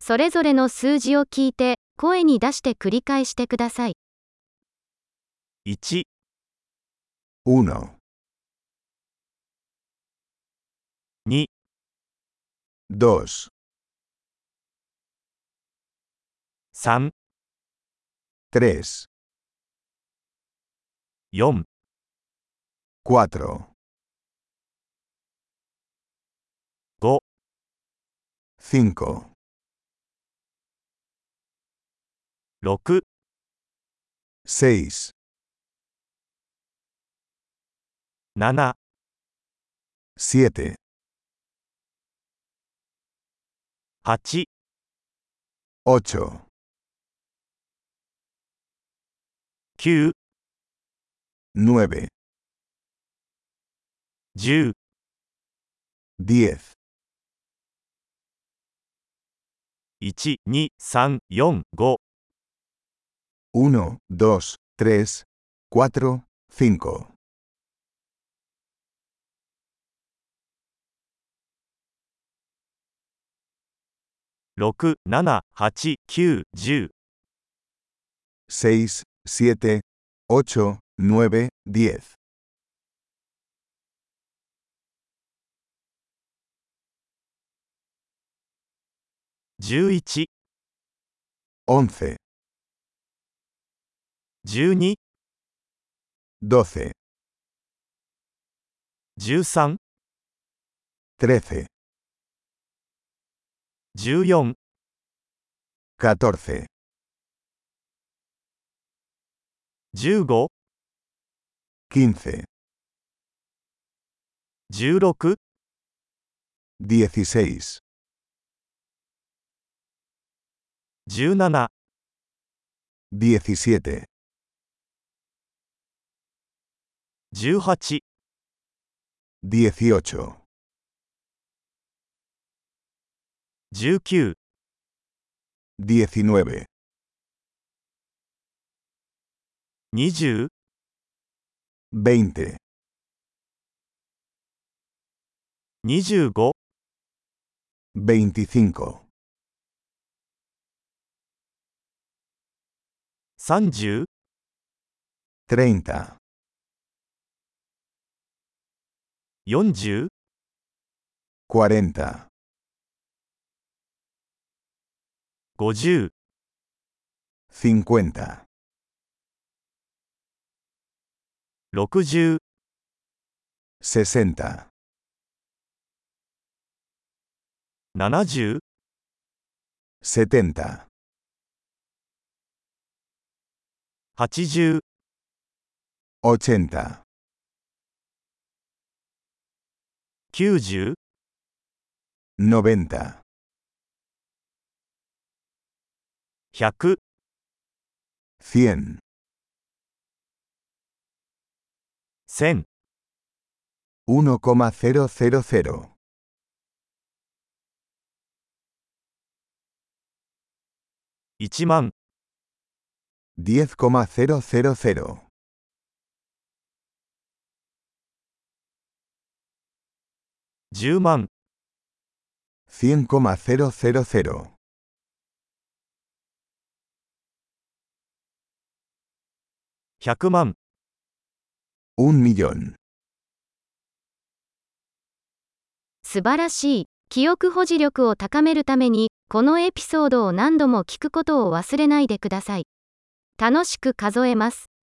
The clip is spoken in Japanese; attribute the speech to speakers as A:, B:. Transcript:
A: それぞれの数字を聞いて、声に出して繰り返してください。
B: 1、
C: 1,
B: 2、
C: 2,
B: 3、
C: 3,
B: 4、
C: 4,
B: 5、
C: 5,
B: 6、
C: 6,
B: 7、
C: 7,
B: 8、
C: 8,
B: 9、
C: 9,
B: 10、
C: 10,
B: 1、2、3、4、5、
C: 1, 2, 3, 4, 5.
B: 6、7、8、9、10、
C: 6, 7, 8, 9, 10,
B: 11、
C: 11,
B: 12、
C: 12,
B: 13、
C: 13,
B: 14、
C: 14,
B: 15、
C: 15,
B: 16、17、
C: 16, 17,
B: 18、
C: 18,
B: 19、
C: 19,
B: 20、
C: 20,
B: 25、
C: 25,
B: 30、
C: 30,
B: 40、
C: 40,
B: 50、
C: 50,
B: 60、
C: 60,
B: 70、
C: 70,
B: 80、
C: 80,
B: 90、
C: 90,
B: 100、
C: 100,
B: 1000、
C: 1,000.
B: 1万、
C: 10,000.
B: 10万、
C: 100,000.
B: 100万、
C: Un millón.
A: 素晴らしい。記憶保持力を高めるために、このエピソードを何度も聞くことを忘れないでください。楽しく数えます。